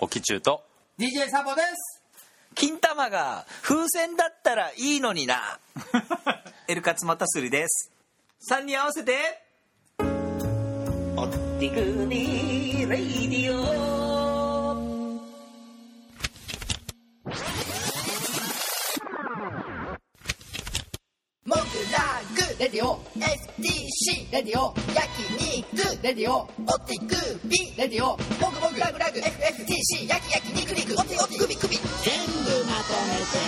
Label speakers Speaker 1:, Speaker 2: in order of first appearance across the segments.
Speaker 1: おきちゅうと
Speaker 2: DJ サボです
Speaker 3: 金玉が風船だったらいいのにな エルカツマタスリです3人合わせておってくにレイディオ
Speaker 4: モグラグレディオ STC レディオ焼肉レディオおてくびレディオモグモグラグラグ FFTC 焼き焼き肉肉おておてくびくび全部まとめて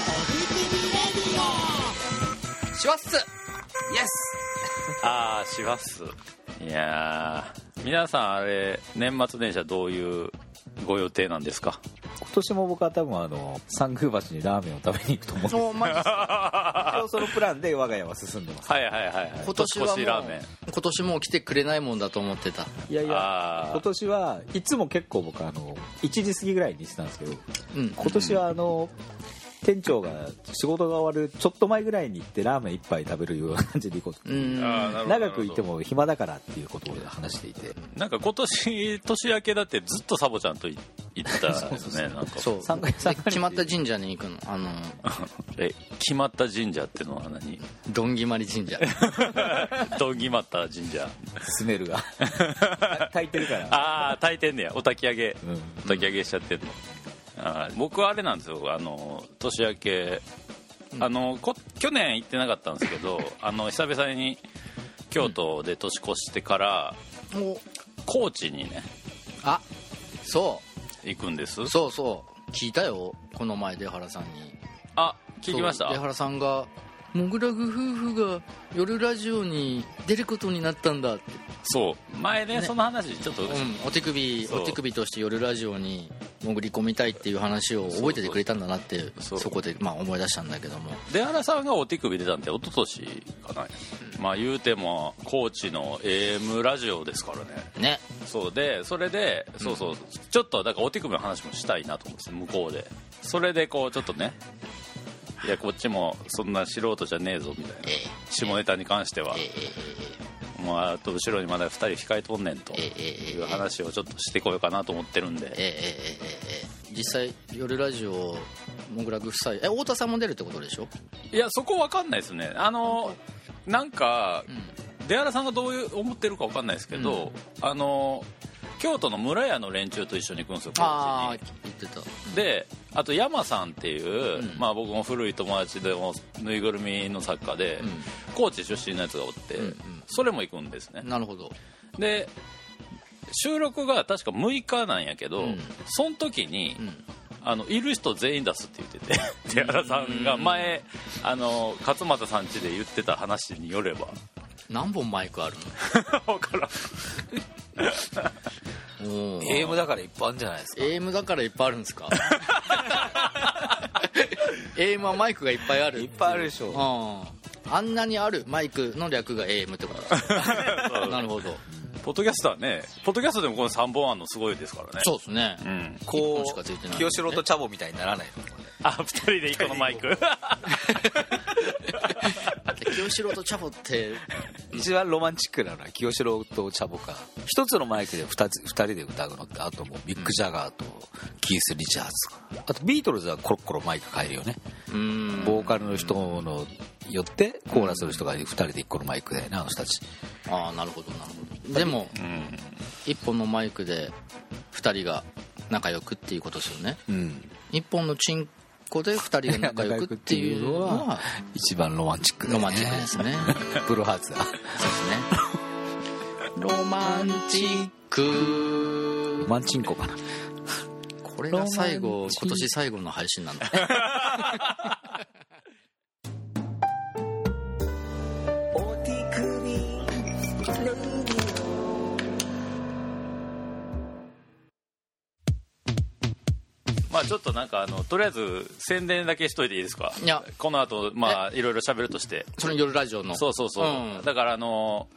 Speaker 4: おてくびレディオシワッ
Speaker 3: イ
Speaker 4: ス
Speaker 3: エス
Speaker 1: ああしますいやー皆さんあれ年末年始はどういうご予定なんですか
Speaker 5: 今年も僕は多分あの三宮橋にラーメンを食べに行くと思う
Speaker 2: もうマジです
Speaker 5: 一応そのプランで我が家は進んでます
Speaker 1: はいはいはいはい
Speaker 2: 今
Speaker 1: 年
Speaker 2: 年はも
Speaker 1: 越しラーメン
Speaker 2: う今年もう来てくれないもんだと思ってた
Speaker 5: いやいや
Speaker 1: あ
Speaker 5: 今年はいつも結構僕あの1時過ぎぐらいにしてたんですけど
Speaker 2: うん
Speaker 5: 今年はあの店長が仕事が終わるちょっと前ぐらいに行ってラーメン一杯食べるような感じで行こう
Speaker 2: う
Speaker 5: と
Speaker 1: ー
Speaker 2: ん
Speaker 1: あーな
Speaker 5: 長
Speaker 1: るほど
Speaker 5: くいても暇だからっていうことを話していて
Speaker 1: なんか今年年明けだってずっとサボちゃんとい行ったですねなんか
Speaker 2: そう
Speaker 5: 三回
Speaker 2: で決まった神社に行くのあの
Speaker 1: え決まった神社ってのは 何
Speaker 2: どんぎまり 神社
Speaker 1: どん決まった神社
Speaker 5: スメル が炊いてるから
Speaker 1: ああ炊いてんねやお焚き上げ、
Speaker 5: うん
Speaker 1: お焚き上げしちゃってんのあー僕はあれなんですよあの年明けあのこ去年行ってなかったんですけ どあの久々に京都で年越してから、
Speaker 2: お
Speaker 1: 高知にね
Speaker 2: あそ
Speaker 1: 行くんです
Speaker 2: うそうそう聞いたよこの前出原さんに
Speaker 1: あ聞きまし
Speaker 2: そう出
Speaker 1: た
Speaker 2: 原さんが「モグラグ夫婦が夜ラジオに出ることになったんだ」って
Speaker 1: そう前ねその話ちょっと、
Speaker 2: うん、お手首
Speaker 1: そう
Speaker 2: お手首として夜ラジオに潜り込みたいっていう話を覚えててくれたんだなって
Speaker 1: そ
Speaker 2: そうこで、まあ、思い出したんだけども
Speaker 1: 出原さんがお手首出たんて一昨年かな、まあ言うても高知の AM ラジオですからね
Speaker 2: ね
Speaker 1: そうでそれでそうそう、ちょっとだからお手首の話もしたいなと思って向こうでそれでこうちょっと ねいやこっちもそんな素人じゃねえぞみたいな下ネタに関しては、まあ、あと後ろにまだ2人控えとんねんという話をちょっとしてこようかなと思ってるんで、
Speaker 2: ええええええ実際夜ラジオモグラグ夫妻え太田さんも出るってことでしょ
Speaker 1: いやそこわかんないですねあのなんか、出原さんがどういう思ってるかわかんないですけど、あの京都の村屋の連中と一緒に行くんですよ高知に
Speaker 2: ああ言ってた
Speaker 1: であと山さんっていう、
Speaker 2: うん
Speaker 1: まあ、僕も古い友達でもぬいぐるみの作家で、
Speaker 2: うん
Speaker 1: 高知出身のやつがおって、
Speaker 2: うんうん
Speaker 1: それも行くんですね
Speaker 2: なるほど
Speaker 1: で収録が確か6日なんやけど、
Speaker 2: うん
Speaker 1: その時に、
Speaker 2: ん
Speaker 1: あのいる人全員出すって言ってて手原さんが前あの勝俣さん家で言ってた話によれ ば
Speaker 2: 何本マイクある
Speaker 1: わからん
Speaker 2: のおー
Speaker 3: ゲームだからいっぱいあるんじゃないですか
Speaker 2: AM だからいっぱいある んですか AM はマイクがいっぱいある
Speaker 3: いっぱいあるでしょ
Speaker 2: うんあんなにあるマイクの略が AM ってこと だなるほど
Speaker 1: ポッドキャストはねポッドキャストでもこの3本あんのすごいですからね
Speaker 2: そうですね、
Speaker 1: うん
Speaker 2: 一
Speaker 3: こ
Speaker 2: 本しかついてな
Speaker 3: う
Speaker 2: い
Speaker 3: 清志郎とチャボみたいにならない
Speaker 1: あ2人で一個のマイク
Speaker 2: で清志郎とチャボって
Speaker 3: の一番ロマンチックなのは清志郎とチャボか一つのマイクで二つ二人で歌うのってあともうミック・ジャガーとキース・リチャーズあとビートルズはコロコロマイク変えるよね
Speaker 2: うーん
Speaker 3: ボーカルの人のよってコーラスの人が二人で一個のマイクだよねあの人たち
Speaker 2: ああなるほどなるほどでも、一本のマイクで二人が仲良くっていうことですよね
Speaker 3: うん
Speaker 2: 一本のチンコで二人が仲良くっていうの
Speaker 3: 仲良くっていうの
Speaker 2: は
Speaker 3: 一番ロマンチックだ
Speaker 2: ロ
Speaker 3: よね
Speaker 2: マンチックですね
Speaker 3: ブルーハーツだ
Speaker 2: そうですね。ロマンチック。
Speaker 3: ロマンチンコかな
Speaker 2: これが最後、今年最後の配信なんだ。
Speaker 1: まあちょっとなんかあのとりあえず宣伝だけしといていいですか
Speaker 2: いや
Speaker 1: この後まあいろいろ喋るとして
Speaker 2: その夜ラジオの。
Speaker 1: そうそうそう、
Speaker 2: うん
Speaker 1: だからあの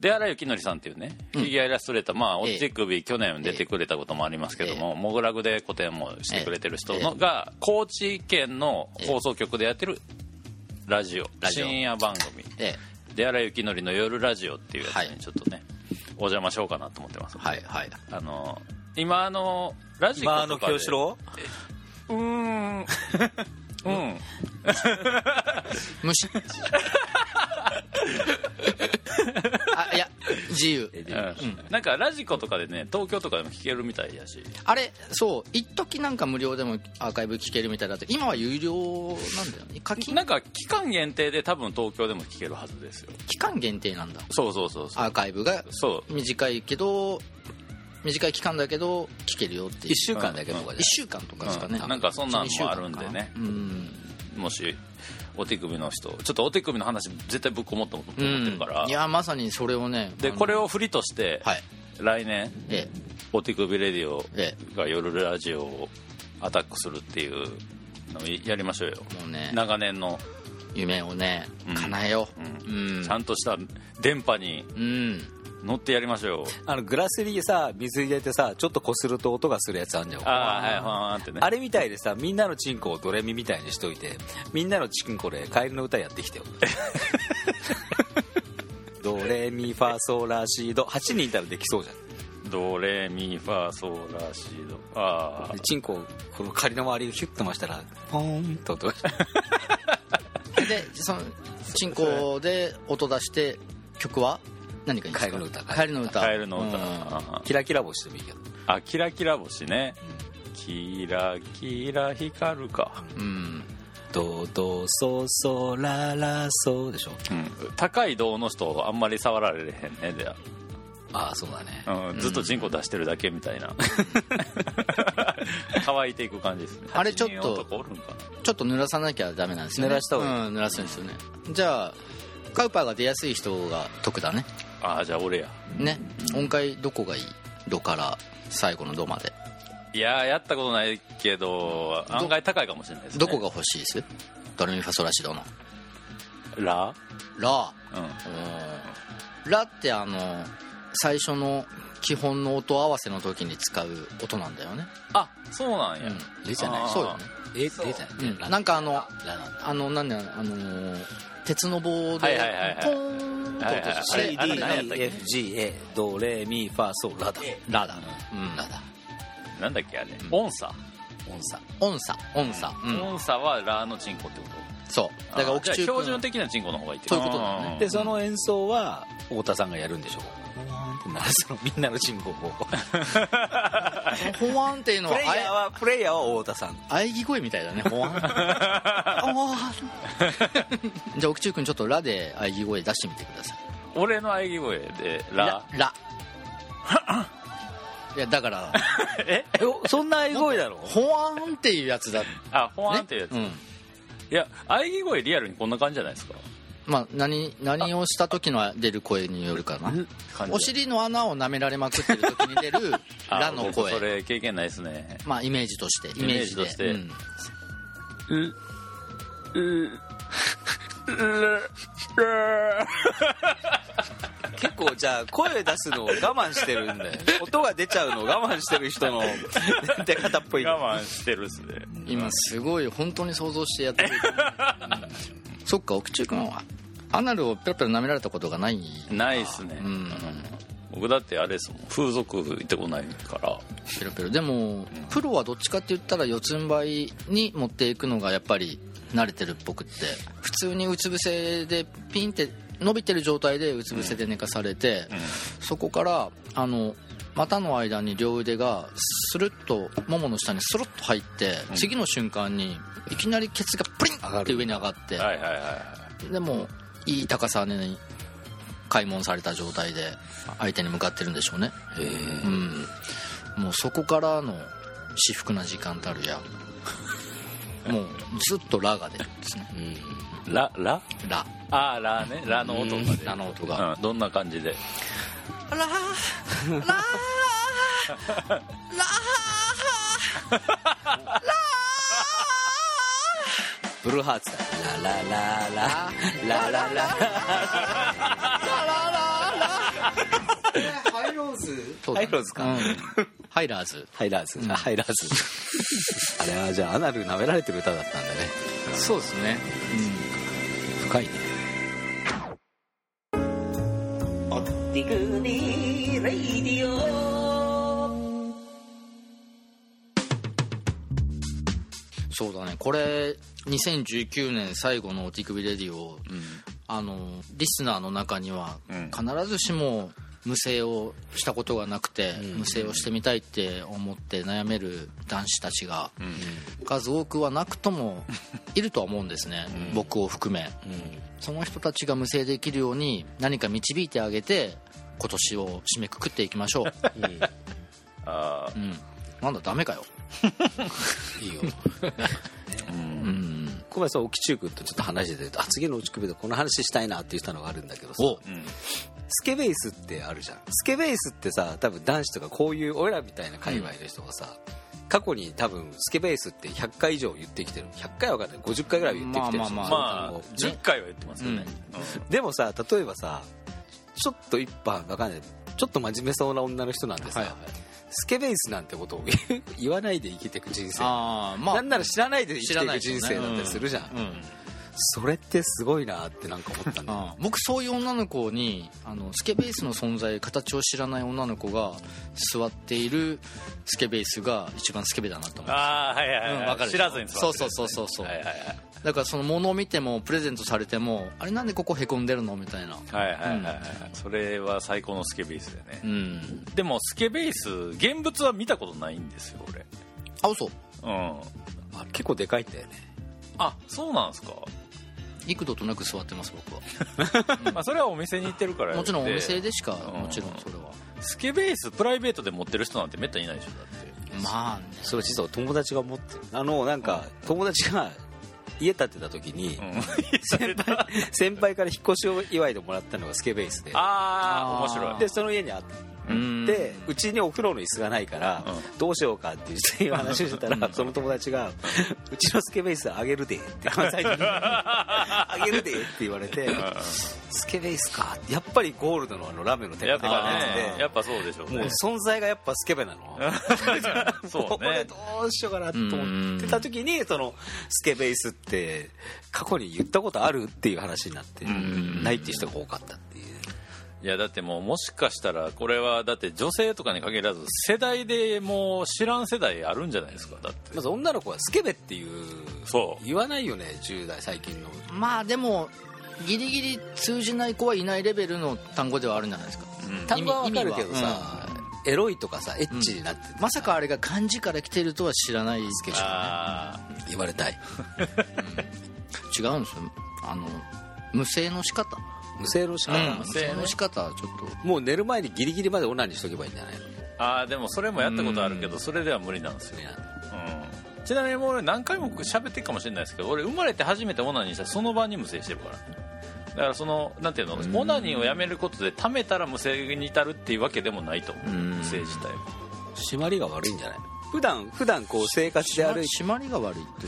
Speaker 1: 出原幸則さんっていうね、フィギュアイラストレーター、まあ、おち首、去年出てくれたこともありますけども、モグラグで個展もしてくれてる人の、が、高知県の放送局でやってるラジオ、
Speaker 2: ラジオ
Speaker 1: 深夜番組、
Speaker 2: ええ。
Speaker 1: 出原幸則の夜ラジオっていうやつに、
Speaker 2: はい
Speaker 1: ちょっとね、お邪魔しようかなと思ってます。
Speaker 2: はいはい。
Speaker 1: あの今あのラジコ
Speaker 4: まあ、あ
Speaker 1: と
Speaker 4: の
Speaker 1: かで
Speaker 4: 清志郎
Speaker 1: うーんうん
Speaker 2: 虫あいや自由
Speaker 1: うんなんかラジコとかでね東京とかでも聞けるみたいやし
Speaker 2: あれそう一時なんか無料でもアーカイブ聞けるみたいだって今は有料なんだよね課金
Speaker 1: なんか期間限定で多分東京でも聞けるはずですよ
Speaker 2: 期間限定なんだ
Speaker 1: そうそうそうそう
Speaker 2: アーカイブが
Speaker 1: そう
Speaker 2: 短いけど短い期間だけど聞けるよっていう
Speaker 4: 一週間だけとか
Speaker 2: 1
Speaker 4: で
Speaker 2: 週間とかですかね、
Speaker 1: うんなんかそんなんも
Speaker 2: 一二週間か
Speaker 1: あるんでね
Speaker 2: うん
Speaker 1: もしお手首の人ちょっとお手首の話絶対ぶっこもっと思って
Speaker 2: うん
Speaker 1: るから、
Speaker 2: いやまさにそれをね
Speaker 1: で
Speaker 2: あの
Speaker 1: これを振りとして、
Speaker 2: はい
Speaker 1: 来年
Speaker 2: え
Speaker 1: お手首レディオ
Speaker 2: え
Speaker 1: が夜ラジオをアタックするっていうのをやりましょうよ
Speaker 2: えもうね
Speaker 1: 長年の、
Speaker 2: 夢をね
Speaker 1: うん
Speaker 2: 叶えよ
Speaker 1: う
Speaker 2: ううんん
Speaker 1: ちゃんとした電波に
Speaker 2: うん
Speaker 1: 乗ってやりましょうよ
Speaker 6: あのグラスにさ水入れてさちょっとこすると音がするやつあんじゃん
Speaker 1: ああはいほわーんってね
Speaker 6: あれみたいでさみんなのチンコをドレミみたいにしといてみんなのチンコでカエルの歌やってきてよドレミファソラシド8人いたらできそうじゃん
Speaker 1: ドレミファソラシドあ
Speaker 6: でチンコをこの仮の周りをヒュッと回したらポーンと音が
Speaker 2: でその進行で音出して曲は何かに
Speaker 6: 帰りの歌
Speaker 2: 帰りの歌
Speaker 1: あカエルの歌、
Speaker 2: うん
Speaker 1: あ
Speaker 6: キラキラ星でもいいけど
Speaker 1: あキラキラ星ね、キラキラ光るか、
Speaker 2: うん
Speaker 6: ドドソソララソでしょ
Speaker 1: うん高い銅の人あんまり触られへんねで、
Speaker 6: ああそうだね
Speaker 1: うん、ずっと人口出してるだけみたい な乾いていく感じですね
Speaker 2: あれちょっ
Speaker 1: 8人
Speaker 2: と
Speaker 1: 男おるんかな
Speaker 2: ちょっと濡らさなきゃダメなんですよね
Speaker 6: 濡らした方が
Speaker 2: うん濡らすんですよねじゃあカウパーが出やすい人が得だね
Speaker 1: ああじゃあ俺や
Speaker 2: ね音階どこがいいドから最後のドまで
Speaker 1: いやーやったことないけど案外高いかもしれないです、ね、
Speaker 2: どこが欲しいですドレミファソラシドの
Speaker 1: ラ、
Speaker 2: ラ
Speaker 1: うん、
Speaker 2: うんラってあの最初の基本の音合わせの時に使う音なんだよね
Speaker 1: あそうなんや、
Speaker 2: うん、じゃな
Speaker 1: あー
Speaker 2: いそうよね
Speaker 6: え出たよね
Speaker 2: うんなんかあの
Speaker 6: ラなんだ
Speaker 2: あのなんだあのー鉄の棒でポ
Speaker 1: はいはいはいはい
Speaker 2: ーンと
Speaker 1: はいはいはい
Speaker 2: 落と
Speaker 1: あ
Speaker 2: す
Speaker 1: れあれ何やったっけ
Speaker 6: CDEFGA ドレミファソラだ
Speaker 2: ラだうん
Speaker 6: ラだ
Speaker 1: なんだっけあれ音叉
Speaker 6: 音差
Speaker 2: 音差音差うん
Speaker 1: 音叉はラのチンコってこと
Speaker 2: そうだから
Speaker 1: あー
Speaker 2: 奥中
Speaker 1: じゃあ標準
Speaker 2: 君
Speaker 1: 的なチンコの方がいいって
Speaker 2: そういうことだよね
Speaker 1: ん
Speaker 6: でその演奏は太田さんがやるんでしょポーンって鳴らすのみんなのチンコを
Speaker 2: ほわんっていうの
Speaker 6: プ
Speaker 2: は
Speaker 6: レイヤーはプレイヤーは太田さん
Speaker 2: あえ喘ぎ声みたいだね ほわんほわんじゃあ奥中君ちょっとラで喘ぎ声出してみてください
Speaker 1: 俺の喘ぎ声でラ
Speaker 2: ラいやだから
Speaker 6: えおそんな声だろ
Speaker 2: ほわんっていうやつだね
Speaker 1: あほわんっていうやつ、
Speaker 2: うん
Speaker 1: いや喘ぎ声リアルにこんな感じじゃないですか
Speaker 2: まあ何何をした時の出る声によるかな
Speaker 1: 感じ
Speaker 2: お尻の穴を舐められまくってる時に出 る
Speaker 1: あ
Speaker 2: ラの
Speaker 1: 僕そ
Speaker 2: 声
Speaker 1: れ経験ないです ね
Speaker 2: まあイメージとしてイメージで
Speaker 1: イメージとして
Speaker 2: うん
Speaker 6: 結構じゃあ声出すのを我慢してるん だよ音が出ちゃうのを我慢してる人の出方っぽい
Speaker 1: 我慢してるっすね
Speaker 2: 今すごい本当に想像してやっ てる、うんそっか奥中君はアナルをペロペロ舐められたことがない
Speaker 1: ないっすね、
Speaker 2: うん
Speaker 1: 僕だってあれですもん風俗行ってこないから
Speaker 2: ペロペロでもプロはどっちかって言ったら四つん這いに持っていくのがやっぱり慣れてるっぽくって普通にうつ伏せでピンって伸びてる状態でうつ伏せで寝かされて、そこからあの股の間に両腕がスルッとももの下にスルッと入って、次の瞬間にいきなりケツがプリンって上に上がって
Speaker 1: はいはいは
Speaker 2: でもいい高さに開門された状態で相手に向かってるんでしょうねうんもうそこからの至福な時間たるやもうずっと「ラ」が出るんですね
Speaker 1: いララ
Speaker 2: 「ラ
Speaker 1: ああラねラの」音が
Speaker 2: うんラの音が
Speaker 1: うんどんな感じで
Speaker 2: 「ラ」「ラ」「ラ」
Speaker 6: ブルーハーツだラララララララ
Speaker 7: ハイローズ
Speaker 2: そう
Speaker 6: ハ
Speaker 2: だね
Speaker 6: イローズか
Speaker 2: うんハイラーズ
Speaker 6: ハイラーズ、あハイラーズあれはじゃあアナル舐められてる歌だったんだね
Speaker 2: そうですね
Speaker 6: 深いね
Speaker 4: おってくにレイディオ
Speaker 2: そうだねこれ2019年最後の「お手首レディオ」あのリスナーの中には
Speaker 1: うん
Speaker 2: 必ずしも無声をしたことがなくて、無声をしてみたいって思って悩める男子たちが数多くはなく ともいるとは思うんですね、僕を含め、その人たちが無声できるように何か導いてあげて今年を締めくくっていきましょう、
Speaker 1: あー
Speaker 2: うん、なんだダメかよ
Speaker 6: いいよ小林さん沖中君とちょっと話しててあ次の落ち首でこの話したいなって言ったのがあるんだけどさ
Speaker 1: うん
Speaker 6: スケベースってあるじゃんスケベースってさ多分男子とかこういう俺らみたいな界隈の人がさ、過去に多分スケベースって100回以上言ってきてる100回は分かんない50回ぐらいは言ってきてるし、
Speaker 2: ま
Speaker 1: まあ
Speaker 2: あ
Speaker 6: その単語
Speaker 1: 10回は言ってますよね、
Speaker 6: でもさ例えばさちょっと一般わかんないちょっと真面目そうな女の人なんてさ、スケベースなんてことを 言わないで生きていく人生、
Speaker 2: ああま
Speaker 6: なんなら知らないで生きていく人
Speaker 2: 知
Speaker 6: 生
Speaker 2: ら
Speaker 6: だっ
Speaker 2: ない
Speaker 6: た
Speaker 2: で
Speaker 6: り
Speaker 2: す
Speaker 6: す
Speaker 2: よね
Speaker 6: るじゃん、
Speaker 2: うん
Speaker 6: それってすごいなってなんか思ったんだよ
Speaker 2: ああ僕そういう女の子にあのスケベースの存在形を知らない女の子が座っているスケベースが一番スケベだなと思う
Speaker 1: ああはいはい、
Speaker 2: うん
Speaker 1: はい
Speaker 2: わかる
Speaker 1: 知らずに座ってる
Speaker 2: そうそうそうそうそう
Speaker 1: はいはいはい
Speaker 2: だからその物を見てもプレゼントされてもあれなんでここへこんでるのみたいな
Speaker 1: はいはいはいはい、それは最高のスケベースだよね、
Speaker 2: うん
Speaker 1: でもスケベース現物は見たことないんですよ俺
Speaker 2: あ嘘
Speaker 1: うん
Speaker 6: あ結構でかいんだよね
Speaker 1: あそうなんですか、
Speaker 2: 幾度となく座ってます僕は
Speaker 1: まあ、それはお店に行ってるから
Speaker 2: もちろんお店でしか
Speaker 1: うん
Speaker 2: もちろんそれは
Speaker 1: スケベースプライベートで持ってる人なんてめったにいないでしょだって
Speaker 2: まあね
Speaker 6: それ実は友達が持ってるあのなんか友達が家建てた時に、
Speaker 1: うん
Speaker 6: 先輩 先輩から引っ越しを祝いでもらったのがスケベースで
Speaker 1: ああ面白い
Speaker 6: でその家にあって
Speaker 2: うん
Speaker 6: でうちにお風呂の椅子がないから、
Speaker 1: うん
Speaker 6: どうしようかっていう話をしてたらその友達が「うちのスケベースあげるで」 って関西人に「あげるで」って言われて「スケベースか」やっぱりゴールドのあのラメのテ
Speaker 1: や
Speaker 6: カ
Speaker 1: っ
Speaker 6: テカの
Speaker 1: ぱ
Speaker 6: や
Speaker 1: ね
Speaker 6: つ
Speaker 1: や
Speaker 6: で
Speaker 1: っぱそうでしょう
Speaker 6: もう
Speaker 1: ね
Speaker 6: 存在がやっぱスケベなの
Speaker 1: そう
Speaker 6: これ
Speaker 1: ね
Speaker 6: どうしようかなと思ってた時にそのスケベースって過去に言ったことあるっていう話になってないっていう人が多かったっていう
Speaker 1: いやだってもうもしかしたらこれはだって女性とかに限らず世代でもう知らん世代あるんじゃないですかだって
Speaker 6: まず女の子はスケベっていう
Speaker 1: そう
Speaker 6: 言わないよね10代最近の
Speaker 2: まあでもギリギリ通じない子はいないレベルの単語ではあるんじゃないですか
Speaker 6: 単語はわかるけど
Speaker 2: 意味
Speaker 6: さ、エロいとかさエッチになって
Speaker 2: まさかあれが漢字から来てるとは知らないですけど
Speaker 1: あ
Speaker 6: 言われたい
Speaker 2: 違うんですよあの無声の仕方
Speaker 6: 無声の仕方、
Speaker 2: 無声の仕方はちょっと
Speaker 6: もう寝る前にギリギリまでオナニーしとけばいいんじゃないの
Speaker 1: ーあーでもそれもやったことあるけどそれでは無理なんですよ、うん、ちなみにもう俺何回も喋ってるかもしれないですけど俺生まれて初めてオナニーしたその場に無制してるからねだからそのなんていうのオナニーをやめることで貯めたら無制に至るっていうわけでもないと思う無制自体は
Speaker 6: 締まりが悪いんじゃない普段普段こう生活で歩いて
Speaker 2: 締まりが悪いって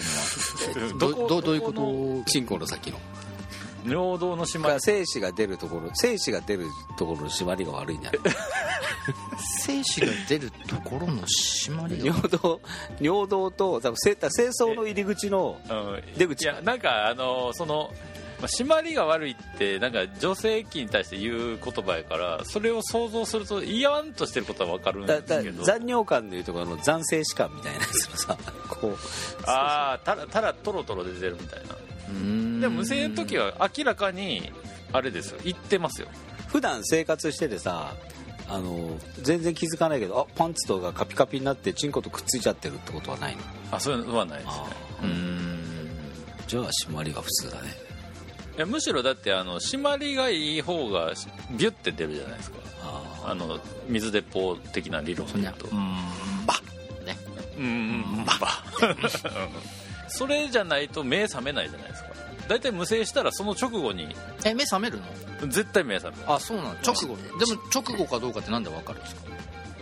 Speaker 2: いうの
Speaker 1: ど
Speaker 2: は ど
Speaker 1: こ
Speaker 2: どどういうこ
Speaker 1: ど
Speaker 2: と
Speaker 6: チンコの先の
Speaker 1: 尿道の締
Speaker 6: だ
Speaker 1: ま
Speaker 6: か
Speaker 1: り
Speaker 6: ら精子が出るところ精子が出るところの締まりが悪いんじゃない
Speaker 2: 精子が出るところの締まりが
Speaker 6: 尿道尿道と多分清清掃の入り口の
Speaker 1: うん
Speaker 6: 出口
Speaker 1: いやなんかあのそのまあ締まりが悪いってなんか女性器に対して言う言葉やからそれを想像すると言わんとしてることは分かるんで
Speaker 6: だ
Speaker 1: す
Speaker 6: だ
Speaker 1: けど
Speaker 6: 残尿感でいうところの残精子感みたいなやつのさこう
Speaker 1: ああたらたらトロトロ出てるみたいなでも無性の時は明らかにあれですよ言ってますよ
Speaker 6: 普段生活しててさあの全然気づかないけどあパンツとかカピカピになってチンコとくっついちゃってるってことはないの
Speaker 1: あそういうのはないですね
Speaker 6: じゃあ締まりが普通だね
Speaker 1: いやむしろだってあの締まりがいい方がしビュッて出るじゃないですか
Speaker 6: あ
Speaker 1: あの水鉄砲的な理論で言うと
Speaker 2: ね
Speaker 1: うんうんバそれじゃないと目覚めないじゃないですか大体無制したらその直後に
Speaker 2: え目覚めるの
Speaker 1: 絶対目覚める
Speaker 2: あそうなの直後でも直後かどうかってなんでわかるんですか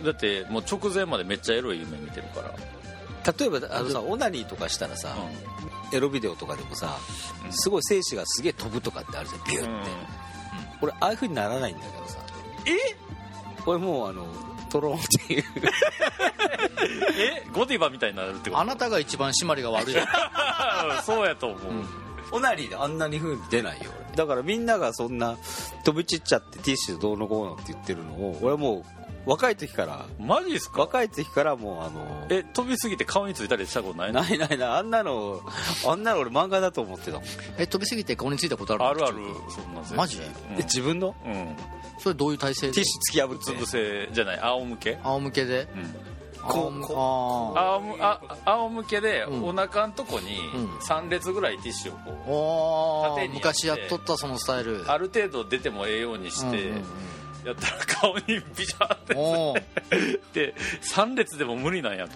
Speaker 1: だってもう直前までめっちゃエロい夢見てるから
Speaker 6: 例えばあのさオナニーとかしたらさ、エロビデオとかでもさすごい精子がすげえ飛ぶとかってあるじゃんビューって、俺ああいう風にならないんだけどさえ俺もうあのトローンっていう
Speaker 1: えゴディバみたいになるってこ
Speaker 2: あなたが一番締まりが悪い
Speaker 1: とそうやと思う、
Speaker 6: オナリーであんなに風に出ないよ俺だからみんながそんな飛び散っちゃってティッシュどうのこうのって言ってるのを俺はもう若い時から
Speaker 1: マジですか
Speaker 6: 若い時からもうあの
Speaker 1: え飛びすぎて顔についたりしたことないの
Speaker 6: ないないないあんなのあんなの俺漫画だと思ってたもん、
Speaker 2: え飛びすぎて顔についたことある
Speaker 1: あるあるそんな全然
Speaker 2: マジ
Speaker 1: うん
Speaker 6: え自分の
Speaker 1: うん
Speaker 2: それどういう体勢
Speaker 6: ティ
Speaker 2: で
Speaker 6: ッシュ突
Speaker 1: う
Speaker 6: き
Speaker 1: つ
Speaker 6: 破
Speaker 1: 伏
Speaker 6: って
Speaker 1: せじゃない仰向け
Speaker 2: 仰向けで
Speaker 1: うん
Speaker 2: こうこうあ
Speaker 1: 仰むあ仰向けで
Speaker 2: うん
Speaker 1: お腹のとこに
Speaker 2: うん
Speaker 1: 3列ぐらいティッシュをこ
Speaker 2: あ
Speaker 1: 縦
Speaker 2: ー
Speaker 1: にやって
Speaker 2: 昔やっとったそのスタイ ル
Speaker 1: うある程度出てもええようにして
Speaker 2: うんうんうん
Speaker 1: やったら顔にビシャーって
Speaker 2: おー
Speaker 1: で3列でも無理なんやって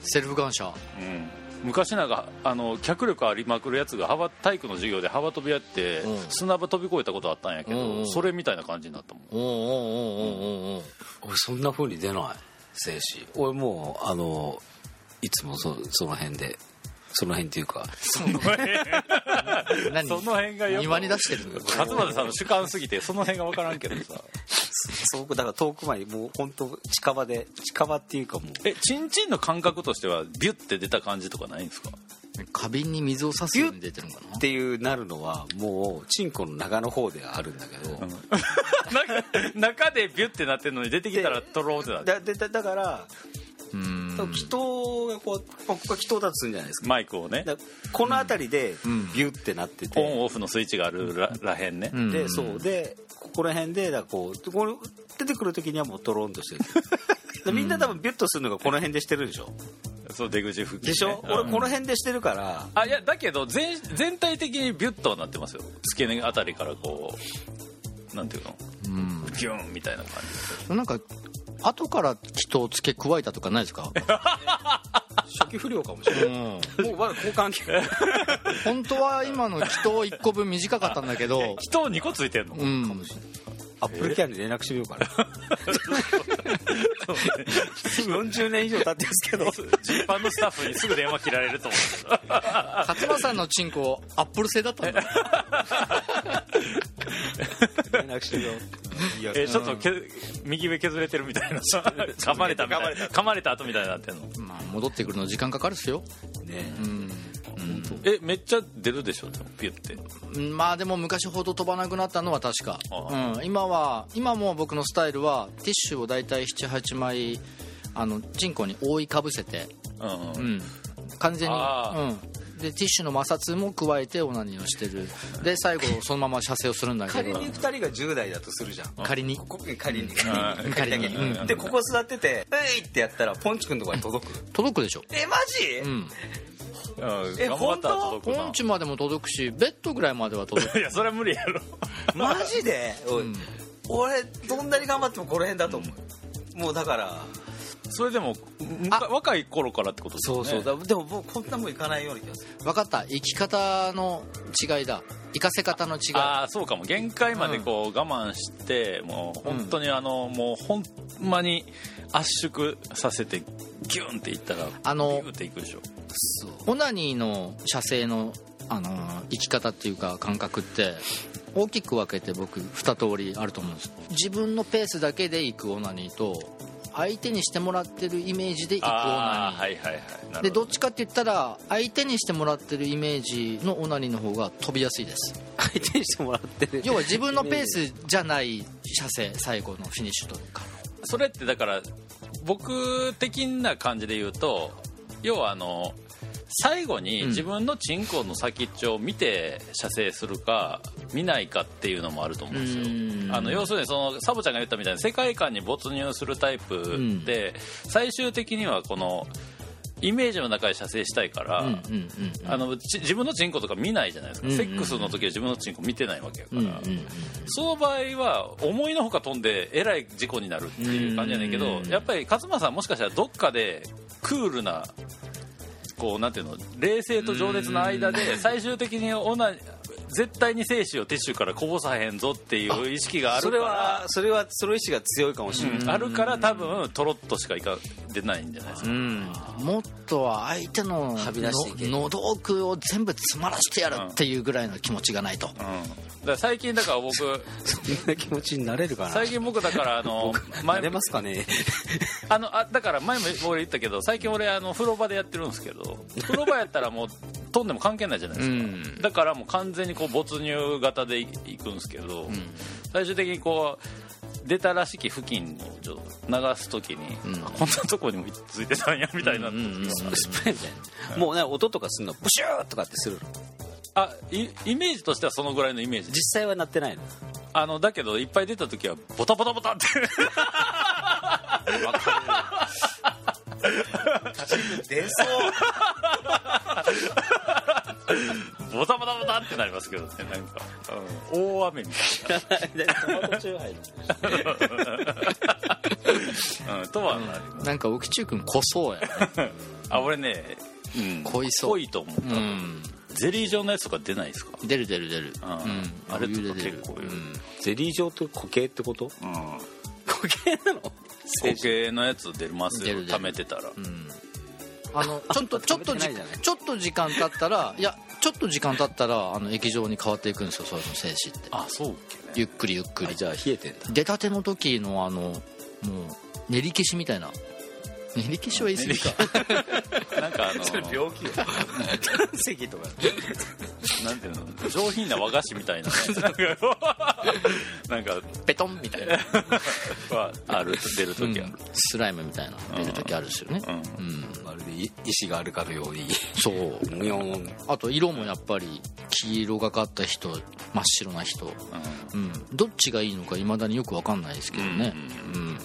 Speaker 2: セルフ感謝
Speaker 1: うん昔なんかあの脚力ありまくるやつが幅体育の授業で幅跳びやって、
Speaker 2: うん
Speaker 1: 砂場飛び越えたことあったんやけど、
Speaker 2: うんうん
Speaker 1: それみたいな感じになったもん
Speaker 2: おーおーおーおーおーおー
Speaker 6: 俺そんな風に出ない精子俺もうあのいつもそその辺でその辺っていうか
Speaker 2: 何
Speaker 1: その辺がよく
Speaker 2: 庭に出してる
Speaker 1: 勝俣さんの主観すぎてその辺が分からんけどさ
Speaker 6: すごくだから遠くまでもう本当近場で近場っていうかもう
Speaker 1: えチンチンの感覚としてはビュッて出た感じとかないんです か
Speaker 2: 花瓶に水を差すように出てるのか
Speaker 6: っ
Speaker 2: な
Speaker 6: ていうなるのはもうチンコの中の方ではあるんだけど、
Speaker 1: 中でビュッてなってるのに出てきたらトローってなって
Speaker 6: だだだだから
Speaker 2: うーん
Speaker 6: 祈祷がこうここが祈祷だとするんじゃないですか
Speaker 1: マイクをね
Speaker 6: だからこの辺りで
Speaker 2: ん
Speaker 6: ビュってなって
Speaker 1: オン
Speaker 6: て、
Speaker 1: オフのスイッチがあるららへんね、
Speaker 2: うん
Speaker 6: でそうでここら辺でだからこうこれ出てくる時にはもうトロンとしてるでみんな多分ビュッとするのがこの辺でしてるでしょ
Speaker 1: そう出口付近、ね、
Speaker 6: でしょ、
Speaker 1: うん
Speaker 6: 俺この辺でしてるから
Speaker 1: あいやだけど全全体的にビュッとはなってますよ付け根あたりからこうなんていうの
Speaker 2: うん
Speaker 1: ギュンみたいな感じ
Speaker 2: なんか後から祈祷付け加えたとかないですか
Speaker 6: 初期不良かもしれない
Speaker 2: うん
Speaker 6: もうまだ交換期
Speaker 2: 本当は今の祈祷1個分短かったんだけど
Speaker 1: 人2個ついてんの、
Speaker 2: うん
Speaker 6: アップルキャンに連絡してみようかな40年以上経ってますけど
Speaker 1: ジーパンのスタッフにすぐ電話切られると思
Speaker 2: 勝間さんのチンコアップル製だったんだ
Speaker 6: 連絡してみよういや
Speaker 1: う えちょっとけ右上削れてるみたいな噛まれたみたいな噛まれた後みたいになってんの
Speaker 2: まあ戻ってくるの時間かかるっすよ
Speaker 6: ね
Speaker 2: うん
Speaker 1: えめっちゃ出るでしょでもピュッて
Speaker 2: うんまあでも昔ほど飛ばなくなったのは確か
Speaker 1: あ、
Speaker 2: うん、今は今も僕のスタイルはティッシュを大体78枚あのチンコに覆いかぶせて、
Speaker 1: うんう
Speaker 2: うんん、完全に、う
Speaker 1: あ
Speaker 2: ん、でティッシュの摩擦も加えてオナニーをしてるで最後そのまま射精をするんだけ
Speaker 6: 仮
Speaker 2: ど
Speaker 6: に2人が10代だとするじゃん
Speaker 2: 仮に
Speaker 6: ここ仮
Speaker 1: う
Speaker 6: に
Speaker 1: ん
Speaker 6: 仮だけ
Speaker 2: 仮にうん
Speaker 6: でここ座ってて「うい!」ってやったらポンチ君のとこに届く
Speaker 2: 届くでしょ、
Speaker 6: えマジ
Speaker 2: うん、
Speaker 1: うん
Speaker 6: え
Speaker 1: 頑張ったら届く
Speaker 2: ポ
Speaker 1: な
Speaker 2: ンチまでも届くしベッドぐらいまでは届く
Speaker 1: いやそれは無理やろ
Speaker 6: マジでおい
Speaker 2: うん
Speaker 6: 俺どんなに頑張ってもこの辺だと思うもうだから
Speaker 1: それでもむか若い頃からってことですよね
Speaker 6: だでももうこんなもんいかないような気がする
Speaker 2: 分かった生き方の違いだ生かせ方の違い
Speaker 1: ああそうかも限界までこう我慢して、もう本当にあのもうほんまに圧縮させてギュンっていったら
Speaker 2: あの
Speaker 1: ギュンっていくでしょ
Speaker 2: オナニーの射精の、あのー生き方っていうか感覚って大きく分けて僕2通りあると思うんです自分のペースだけで行くオナニーと相手にしてもらってるイメージで行くオナ
Speaker 1: あ
Speaker 2: ニ
Speaker 1: あ
Speaker 2: ー、
Speaker 1: はいはいはいなるほ
Speaker 2: でどっちかって言ったら相手にしてもらってるイメージのオナニーの方が飛びやすいです
Speaker 6: 相手にしてもらってる
Speaker 2: 要は自分のペースじゃない射精最後のフィニッシュとか
Speaker 1: それってだから僕的な感じで言うと要はあの最後に
Speaker 2: うん
Speaker 1: 自分のチンコの先っちょを見て射精するか見ないかっていうのもあると思うんですよあの要するにそのサボちゃんが言ったみたいに世界観に没入するタイプで、最終的にはこのイメージの中で射精したいから、
Speaker 2: うんうんうんうん
Speaker 1: あのち自分のチンコとか見ないじゃないですか、
Speaker 2: うんうん
Speaker 1: セックスの時は自分のチンコ見てないわけやから、
Speaker 2: うんうんうん
Speaker 1: その場合は思いのほか飛んでえらい事故になるっていう感じじゃないけど、
Speaker 2: うん
Speaker 1: やっぱり勝間さんもしかしたらどっかでクールなこうなんていうの冷静と情熱の間で最終的にオナ絶対に精子をティッシュからこぼさへんぞっていう意識がある
Speaker 6: そ
Speaker 1: か
Speaker 6: れ
Speaker 1: ら
Speaker 6: はそれはその意志が強いかもしれない
Speaker 1: うんあるから多分トロッとしかいか出ないんじゃないですか、
Speaker 2: もっとは相手の
Speaker 6: はみ出していける
Speaker 2: の喉奥を全部詰まらせてやるっていうぐらいの気持ちがないと、
Speaker 1: うんだから最近だから僕
Speaker 6: そんな気持ちになれるかな
Speaker 1: 最近僕だからあの
Speaker 6: な
Speaker 1: 前
Speaker 6: れますかね
Speaker 1: あのあだから前も俺言ったけど最近俺あの風呂場でやってるんですけど風呂場やったらもう 飛んでも関係ないじゃないですか、
Speaker 2: うん
Speaker 1: だからもう完全にこう没入型でいいくんですけど、最終的にこう出たらしき付近をちょっと流す時に、こんなとこにもついてたんやみたいな、
Speaker 6: スプレーじゃんもうね音とかするのブシューとかってするの
Speaker 1: あいイメージとしてはそのぐらいのイメージ
Speaker 6: 実際は鳴ってないの
Speaker 1: あのだけどいっぱい出た時はボタボタボタって
Speaker 5: 出そう
Speaker 1: ボタボタボタってなりますけどねなんか、うん大雨みたいな、うん、とはなります
Speaker 2: なんか沖中君濃そうやね
Speaker 1: あ俺ね、うん、
Speaker 2: 濃いそう
Speaker 1: 濃いと思う、
Speaker 2: うん
Speaker 1: ゼリー状のやつとか出ないですか
Speaker 2: 出る出る出る
Speaker 1: う
Speaker 2: うんん
Speaker 1: あれとか
Speaker 2: 余裕で出る
Speaker 1: 結構よ
Speaker 2: うん
Speaker 6: ゼリー状と固形ってこと
Speaker 1: うん
Speaker 6: 固形なの
Speaker 1: 固形のやつ出ます
Speaker 2: 出
Speaker 1: よ
Speaker 2: る出る
Speaker 1: 溜めてたら、
Speaker 2: うんあのちょっ とちょっと
Speaker 6: 食べて
Speaker 2: じ
Speaker 6: ないじゃない
Speaker 2: ちょっと時間経ったらいやちょっと時間経ったらあの液状に変わっていくんですよそれの精子って
Speaker 1: あそうっけね
Speaker 2: ゆっくりゆっくり
Speaker 6: じゃあ冷えてんだ
Speaker 2: 出たての時のあのもう練り消しみたいな練り消しは言い過ぎか
Speaker 1: なんかあの
Speaker 5: 病気よ咳とか
Speaker 1: なんていうの上品な和菓子みたいなね なんか
Speaker 2: ペトンみたいな
Speaker 1: はある出る時ある、
Speaker 2: スライムみたいな出る時あるんですよね
Speaker 1: うん
Speaker 2: うん
Speaker 6: まるでい石があるかのように
Speaker 2: そう
Speaker 6: むよーん
Speaker 2: あと色もやっぱり黄色がかった人真っ白な人うんどっちがいいのかいまだによく分かんないですけどねうん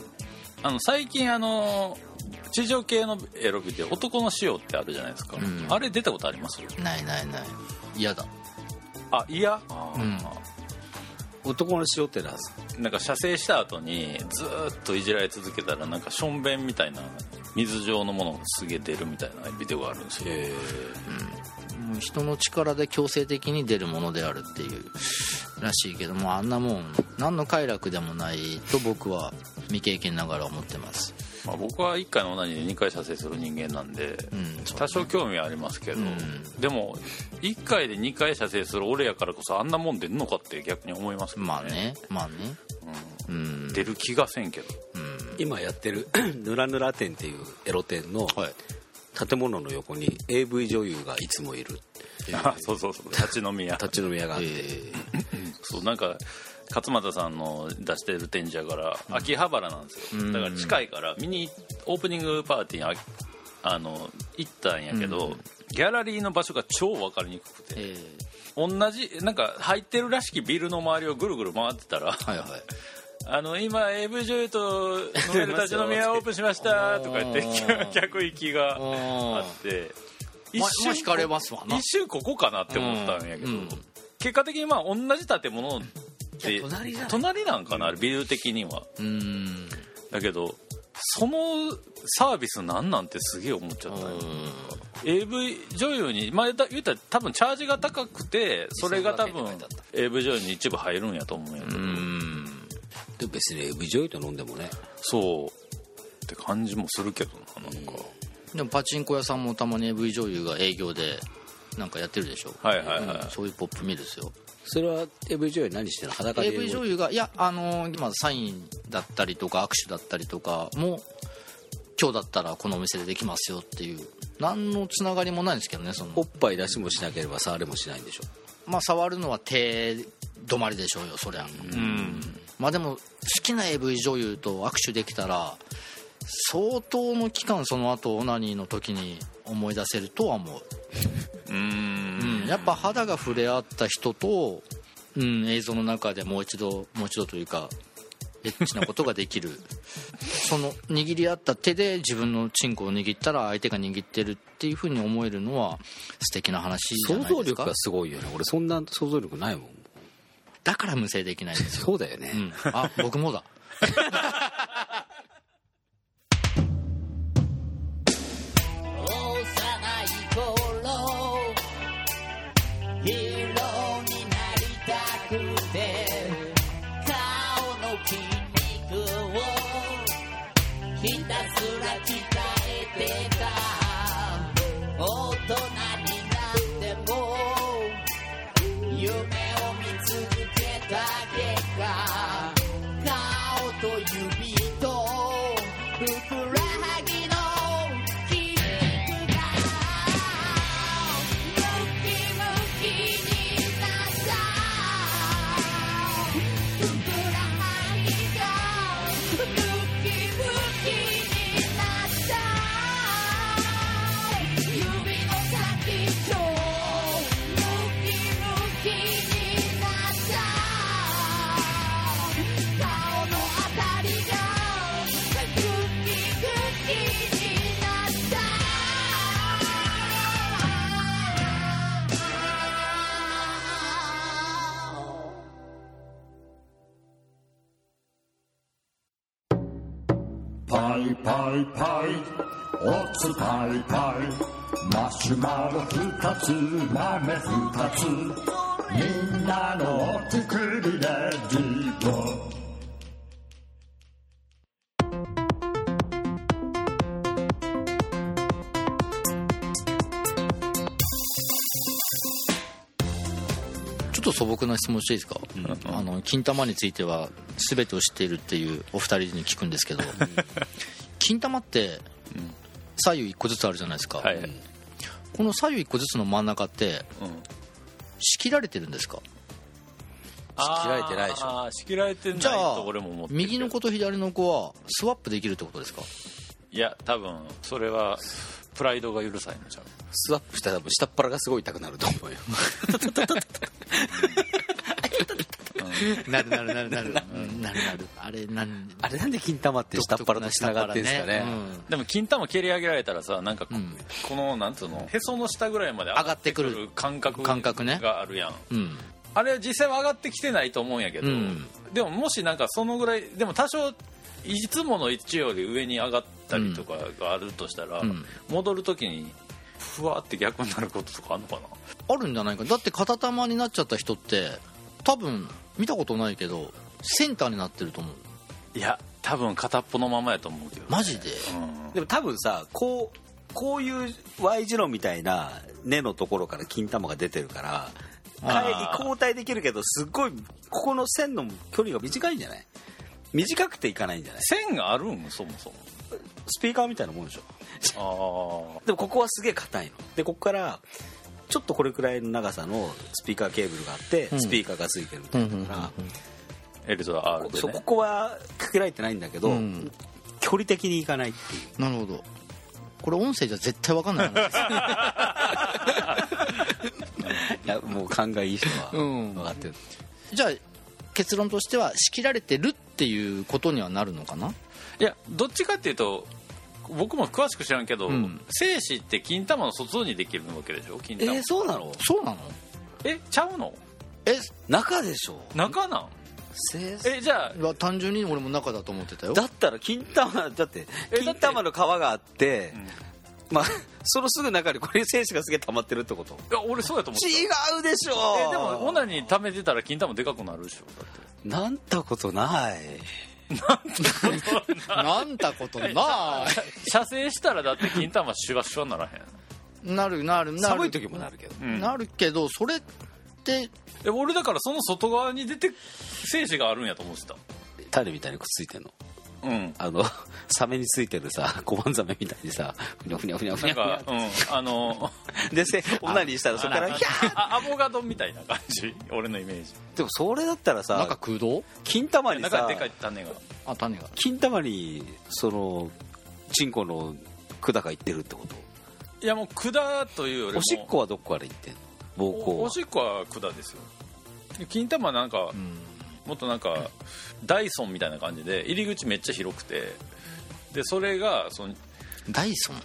Speaker 1: あの最近あの地上系のエロビで男の塩ってあるじゃないですか、
Speaker 2: ん
Speaker 1: あれ出たことあります
Speaker 2: ないないない嫌だ
Speaker 1: あいや、
Speaker 6: 男の塩ってなんですか
Speaker 1: なんか射精した後にずーっといじられ続けたらなんかしょんべんみたいな水状のものがすげえ出るみたいなビデオがあるんですよ
Speaker 2: もう人の力で強制的に出るものであるっていうらしいけどもあんなもん何の快楽でもないと僕は未経験ながら思ってます
Speaker 1: まあ、僕は1回のオナニーで2回射精する人間なんで、
Speaker 2: んそう
Speaker 1: 多少興味はありますけど、でも1回で2回射精する俺やからこそあんなもん出んのかって逆に思いますけど
Speaker 2: まあねまあねうん
Speaker 1: 出る気がせんけど
Speaker 6: 今やってる ぬらぬら店っていうエロ店の建物の横に AV 女優がいつもいる
Speaker 1: そうそうそう立ち飲み屋
Speaker 6: 立ち飲み屋があって、
Speaker 1: そうなんか勝俣さんの出してる展示やから秋葉原なんですよ、だから近いから見にオープニングパーティーにああの行ったんやけど、ギャラリーの場所が超分かりにくくて、
Speaker 2: え
Speaker 1: 同じなんか入ってるらしきビルの周りをぐるぐる回ってたら
Speaker 2: はいはい
Speaker 1: あの今 AV 女優と飲める立ち飲み屋オープンしましたとか言って客行きがあって
Speaker 2: 一瞬引かれますわな
Speaker 1: 一瞬ここかなって思ったんやけど、
Speaker 2: うんうん
Speaker 1: 結果的にまあ同じ建物って隣なんかなあれビル的には
Speaker 2: うん
Speaker 1: だけどそのサービスなんなんてすげえ思っちゃったんや AV 女優に、まあ、言った言ったら多分チャージが高くてそれが多分 AV 女優に一部入るんやと思うんやけど、
Speaker 2: うん
Speaker 6: でも別に AV 女優と飲んでもね
Speaker 1: そうって感じもするけどななんか、
Speaker 2: でもパチンコ屋さんもたまに AV 女優が営業でなんかやってるでしょ
Speaker 1: はいはいはい
Speaker 2: うんそういうポップ見るですよ
Speaker 6: それは AV 女優何してるの裸で
Speaker 2: AV 女優がいやあのー今サインだったりとか握手だったりとかも今日だったらこのお店でできますよっていう何のつながりもないんですけどねそ
Speaker 6: お
Speaker 2: の
Speaker 6: っぱい出しもしなければ触れもしないんでしょ
Speaker 2: まあ触るのは手止まりでしょうよそりゃうんまあでも好きな AV 女優と握手できたら相当の期間その後オナニーの時に思い出せるとは思 ううんやっぱ肌が触れ合った人と、うん、映像の中でもう一度もう一度というかエッチなことができる その握り合った手で自分のチンコを握ったら相手が握ってるっていうふうに思えるのは素敵な話じゃ
Speaker 6: 想
Speaker 2: ないですか
Speaker 6: 像力がすごいよね俺そんな想像力ないもん
Speaker 2: だから無制できないんです よ、
Speaker 6: そうだよね、
Speaker 2: うん、あ僕もだ
Speaker 4: 幼い頃ヒーローになりたくて顔の筋肉をひたすら鍛えてた大人になっても夢を見続けた結果顔と指
Speaker 8: イパイパイおつパイパイマシュマロ二つ豆二つみんなのおつくりレディオ
Speaker 2: ちょっと素朴な質問していいですか、あの金玉については全てを知っているっていうお二人に聞くんですけど金玉って左右一個ずつあるじゃないですか、
Speaker 1: はい
Speaker 2: この左右一個ずつの真ん中って
Speaker 1: うん
Speaker 2: 仕切られてるんですか
Speaker 1: 仕
Speaker 6: 切られてないでしょ
Speaker 1: 仕切られてない
Speaker 2: じゃあ
Speaker 1: と俺も思ってるけど
Speaker 2: 右の子と左の子はスワップできるってこ とですか
Speaker 1: いや多分それはプライドが許さへんのちゃう
Speaker 6: スワップしたら多分下っ腹がすごい痛くなると思うよ
Speaker 2: なるなるなるなるなるなるあれなん
Speaker 6: あれなんで金玉って下っ腹と繋がってんすかね
Speaker 2: うん
Speaker 1: でも金玉蹴り上げられたらさなんかこ,、
Speaker 2: うん
Speaker 1: のなんつうのへその下ぐらいまで上
Speaker 2: がってくる
Speaker 1: 感覚
Speaker 2: 感覚ね
Speaker 1: があるやん
Speaker 2: うん
Speaker 1: あれは実際は上がってきてないと思うんやけど、
Speaker 2: うん
Speaker 1: でももしなんかそのぐらいでも多少いつもの位置より上に上がったりとかがあるとしたら、
Speaker 2: うん
Speaker 1: 戻る時にふわって逆になることとかあるのかな
Speaker 2: あるんじゃないかだって片玉になっちゃった人って多分見たことないけどセンターになってると思う
Speaker 1: いや多分片っぽのままやと思うけど、
Speaker 2: マジで
Speaker 1: うん
Speaker 6: でも多分さこうこういう Y 字路みたいな根のところから金玉が出てるから帰り
Speaker 1: あー
Speaker 6: 交代できるけどすっごいここの線の距離が短いんじゃない短くていかないんじゃない
Speaker 1: 線があるんそもそ
Speaker 6: スピーカーみたいなもんでしょ
Speaker 1: も
Speaker 6: でもここはすげえ硬いのでここからちょっとこれくらいの長さのスピーカーケーブルがあって、
Speaker 2: ん
Speaker 6: スピーカーがついてるみたいなから、
Speaker 1: ああ L と R で
Speaker 6: そうこ
Speaker 1: ね
Speaker 6: こはかけられてないんだけど、
Speaker 2: うん
Speaker 6: 距離的にいかないっていう
Speaker 2: なるほどこれ音声じゃ絶対わかんない話 です
Speaker 6: いやもう勘がいい人は
Speaker 2: うん
Speaker 6: 分かってる、
Speaker 2: じゃあ結論としては仕切られてるっていうことにはなるのかない
Speaker 1: やどっちかっていうと僕も詳しく知らんけど、
Speaker 2: うん
Speaker 1: 精子って金玉の外にできるわけでしょ金玉
Speaker 6: えーそうなの
Speaker 2: そうなの
Speaker 1: えちゃうの
Speaker 2: え
Speaker 6: 中でしょ
Speaker 1: 中なん
Speaker 6: せー
Speaker 1: えじゃあ
Speaker 2: いや単純に俺も中だと思ってたよ
Speaker 6: だったら金玉だって
Speaker 1: えだって
Speaker 6: 金玉の皮があってまあそのすぐ中にこれ精子がすげえ溜まってるってこと
Speaker 1: いや俺そうやと思って
Speaker 6: 違うでしたょ
Speaker 1: えでもオナニー貯めてたら金玉でかくなるでしょだって
Speaker 6: なんたことない
Speaker 2: なんたこと な
Speaker 1: 射精したらだって金玉シュワシュワならへん
Speaker 2: いなるなるなる
Speaker 6: 寒い時もなるけど
Speaker 1: うん
Speaker 2: なるけどそれって
Speaker 1: え俺だからその外側に出て精子があるんやと思ってた
Speaker 6: タレみたいにくっついてんの
Speaker 1: うん
Speaker 6: あの サメについてるさ小判ザメみたいにさふにゃふにゃふにゃふ
Speaker 1: な
Speaker 6: に
Speaker 1: ん
Speaker 6: ゃ
Speaker 1: かうんあ の
Speaker 6: でせオナニーしたらそこ からヒャー
Speaker 1: あアボガドみたいな感じ俺のイメージ
Speaker 6: でもそれだったら
Speaker 2: 中
Speaker 6: さ
Speaker 2: 空洞
Speaker 6: 金玉に
Speaker 1: 中
Speaker 6: さ
Speaker 1: にでかい種が
Speaker 2: あ種が
Speaker 6: 金玉にそのチンコの管がいってるってこと
Speaker 1: いやもう管というよりも
Speaker 6: おしっこはどこから行ってんの膀胱
Speaker 1: おお
Speaker 6: は
Speaker 1: しっこは管ですよ金玉なんか、もっとなんかダイソンみたいな感じで入り口めっちゃ広くてでそれがその
Speaker 2: ダイ ソン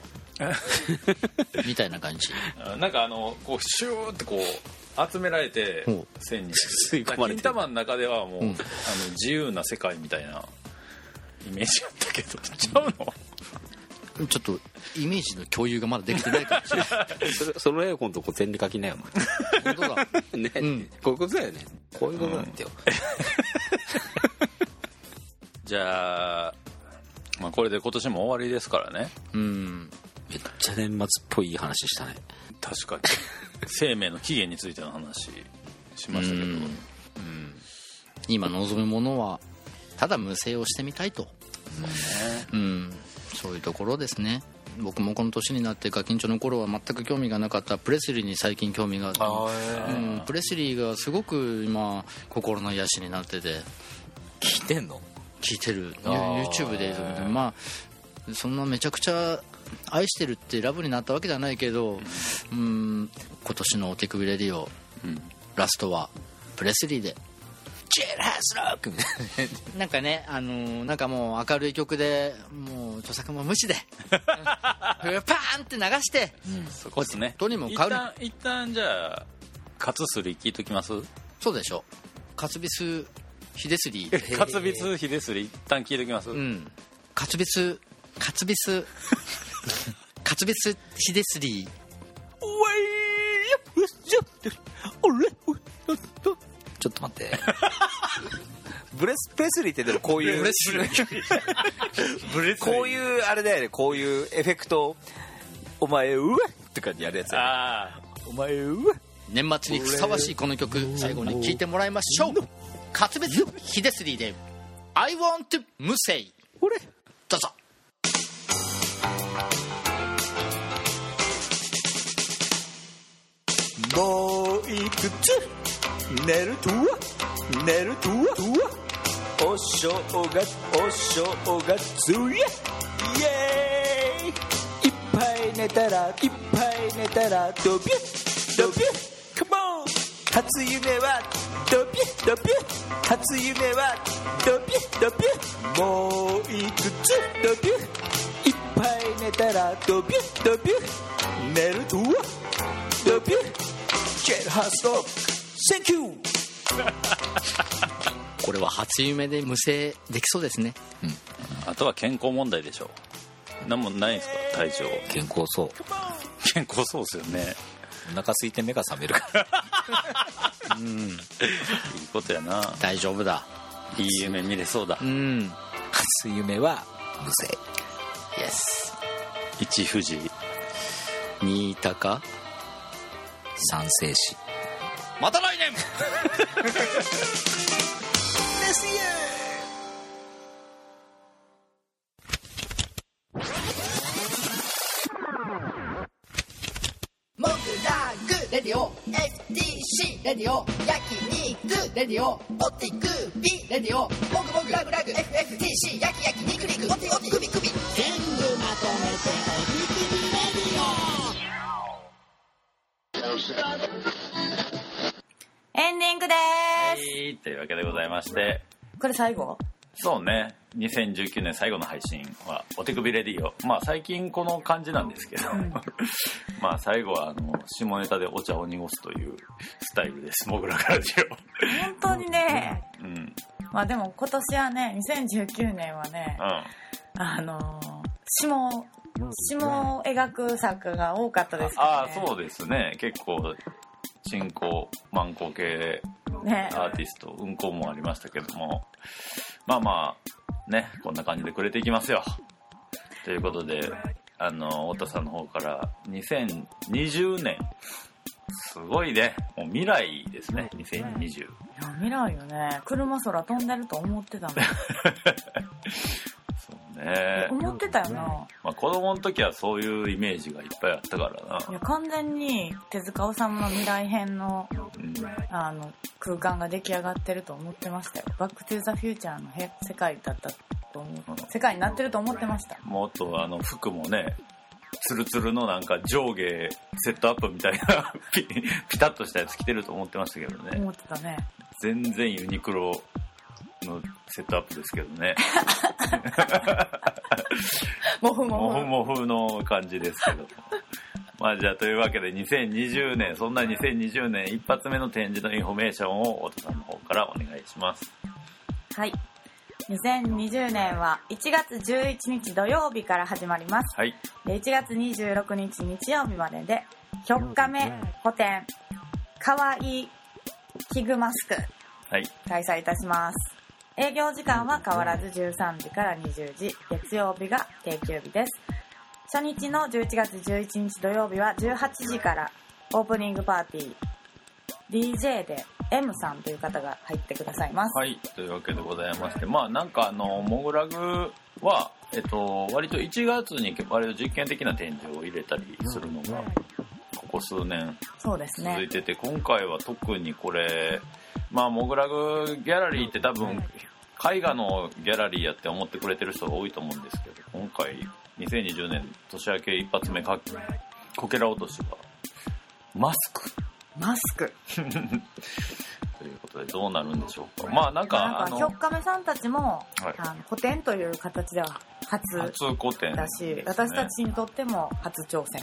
Speaker 2: みたいな感じ
Speaker 1: あなんかあのこうシューってこう集められて
Speaker 2: ほ
Speaker 1: 線に
Speaker 6: 吸い込まれ
Speaker 1: 金
Speaker 6: てる
Speaker 1: 玉の中ではもう、
Speaker 2: うん
Speaker 1: あの自由な世界みたいなイメージやったけど ちゃうの
Speaker 2: ちょっとイメージの共有がまだできてないかもしれない
Speaker 6: それその絵を今度こう全に書きなよ
Speaker 2: 本当だ
Speaker 6: ね、
Speaker 2: ん
Speaker 6: こういうことだよねこういうことなんだよ、
Speaker 1: じゃあ,、まあこれで今年も終わりですからね
Speaker 2: うん
Speaker 6: めっちゃ年末っぽい話したね
Speaker 1: 確かに 生命の起源についての話しましたけど、
Speaker 2: うん今望むものはただ無声をしてみたいとそう,、ん、そういうところですね僕もこの年になってガキンチョの頃は全く興味がなかったプレスリーに最近興味があってうん、プレスリーがすごく今心の癒しになってて
Speaker 9: 聞いてんの
Speaker 2: 聞いてる YouTube でまあそんなめちゃくちゃ愛してるってラブになったわけではないけど、うん、今年のお手首レディオ、ラストはプレスリーで
Speaker 9: ジェルハスロックみたいなね
Speaker 2: なんかね、あのーなんかもう明るい曲でもう著作も無 視でうんパーンって流して、
Speaker 1: そこですね
Speaker 2: とにもか
Speaker 1: 一
Speaker 2: く
Speaker 1: 旦一旦じゃあカツスリ聞いときます
Speaker 2: そうでしょカツビスヒデスリ ー、
Speaker 1: カツビツヒデスリ一旦聞いときます、
Speaker 2: うん、カツビスカツビスカツビスヒデス リー
Speaker 6: ちょっと待って。ブレス・ペスリーってでもこういう、 こういうあれだよね、こういうエフェクト、お前、うわっとかにやるやつだよ
Speaker 1: あ
Speaker 6: お前、うわっ
Speaker 2: 年末にふさわしいこの曲最後に聴いてもらいましょうカツビスヒデスリーで「I want to 無声」どうぞ
Speaker 6: もういくつ寝るとは寝るとはお正月お正月やイエーイいっぱい寝たらいっぱい寝たらドビュッドビュッカモン初夢はドビュッドビュッ初夢はドビュッドビュッもういくつドビュッいっぱい寝たらドビュッドビュッ寝るとはドビュッジェルハストセンキュー
Speaker 2: これは初夢で無声できそうですね
Speaker 1: ああとは健康問題でしょうなんもないんですか体調
Speaker 10: 健康そう
Speaker 1: 健康そうですよね
Speaker 10: お腹空いて目が覚めるから
Speaker 1: いいことやな
Speaker 2: 大丈夫だ
Speaker 1: いい夢見れそうだ
Speaker 2: うん
Speaker 10: 初夢は無声
Speaker 2: イエス
Speaker 1: 一富士
Speaker 2: 新高
Speaker 10: 賛成し
Speaker 2: また来年
Speaker 4: モグラグレディオ FTC レディオ焼肉レディオオティクビレディオモグモグラグラグ FFTC 焼き焼き肉肉オティオティグビグビ全部まとめてオティクビレディオ
Speaker 11: エンディングです、
Speaker 1: はいというわけでございまして
Speaker 11: これ最後
Speaker 1: そうね2019年最後の配信は「お手首レディオ」まあ最近この感じなんですけど まあ最後はあの下ネタでお茶を濁すというスタイルですモグラからジ
Speaker 11: 本当にね
Speaker 1: オうんうん
Speaker 11: まあでも今年はね2019年はねあのー下下を描く作が多かったですから
Speaker 1: ああ
Speaker 11: ね
Speaker 1: そうですね結構進行マンコ系
Speaker 11: ね
Speaker 1: アーティスト運行もありましたけどもまあまあねこんな感じでくれていきますよということであの太田さんの方から2020年すごいねもう未来ですね2020
Speaker 11: いや未来よね車空飛んでると思ってたもん
Speaker 1: そうね、
Speaker 11: 思ってたよな
Speaker 1: まあ、子供の時はそういうイメージがいっぱいあったからない
Speaker 11: や完全に手塚治虫の未来編の
Speaker 1: うん
Speaker 11: あの空間が出来上がってると思ってましたよ「バック・トゥ・ザ・フューチャー」のへ世界だったと思う世界になってると思ってました
Speaker 1: もっとあの服もねツルツルのなんか上下セットアップみたいな ピピタッとしたやつ着てると思ってましたけどね
Speaker 11: 思ってたね
Speaker 1: 全然ユニクロのセットアップですけどね
Speaker 11: もふ
Speaker 1: モフ
Speaker 11: も
Speaker 1: モフの感じですけどまあじゃあというわけで2020年そんな2020年一発目の展示のインフォメーションを太田さんの方からお願いします
Speaker 11: ふはい2020年は1月11日土曜日から始まります
Speaker 1: はい
Speaker 11: で1月26日日曜日までで4日目個展「かわいいキグマスク」
Speaker 1: はい
Speaker 11: 開催いたします営業時間は変わらず13時から20時月曜日が定休日です初日の11月11日土曜日は18時からオープニングパーティー DJ で M さんという方が入ってくださいます、
Speaker 1: はい、というわけでございまして、まあなんかあの、モグラグは、えっと、割と1月に割と実験的な展示を入れたりするのが、ここ数年
Speaker 11: そうです
Speaker 1: 続
Speaker 11: ね
Speaker 1: いてて、今回は特にこれ、まあモグラグギャラリーって多分、絵画のギャラリーやって思ってくれてる人が多いと思うんですけど、今回、2020年年明け一発目か、こけら落としが、マスク
Speaker 11: マスク
Speaker 1: ということでどうなるんでしょうか。まあなんか、
Speaker 11: なん
Speaker 1: あ
Speaker 11: か
Speaker 1: の
Speaker 11: ひょっ、かめさんたちも、
Speaker 1: はい
Speaker 11: あの個展という形では初
Speaker 1: 初古典
Speaker 11: だし、私たちにとっても初挑戦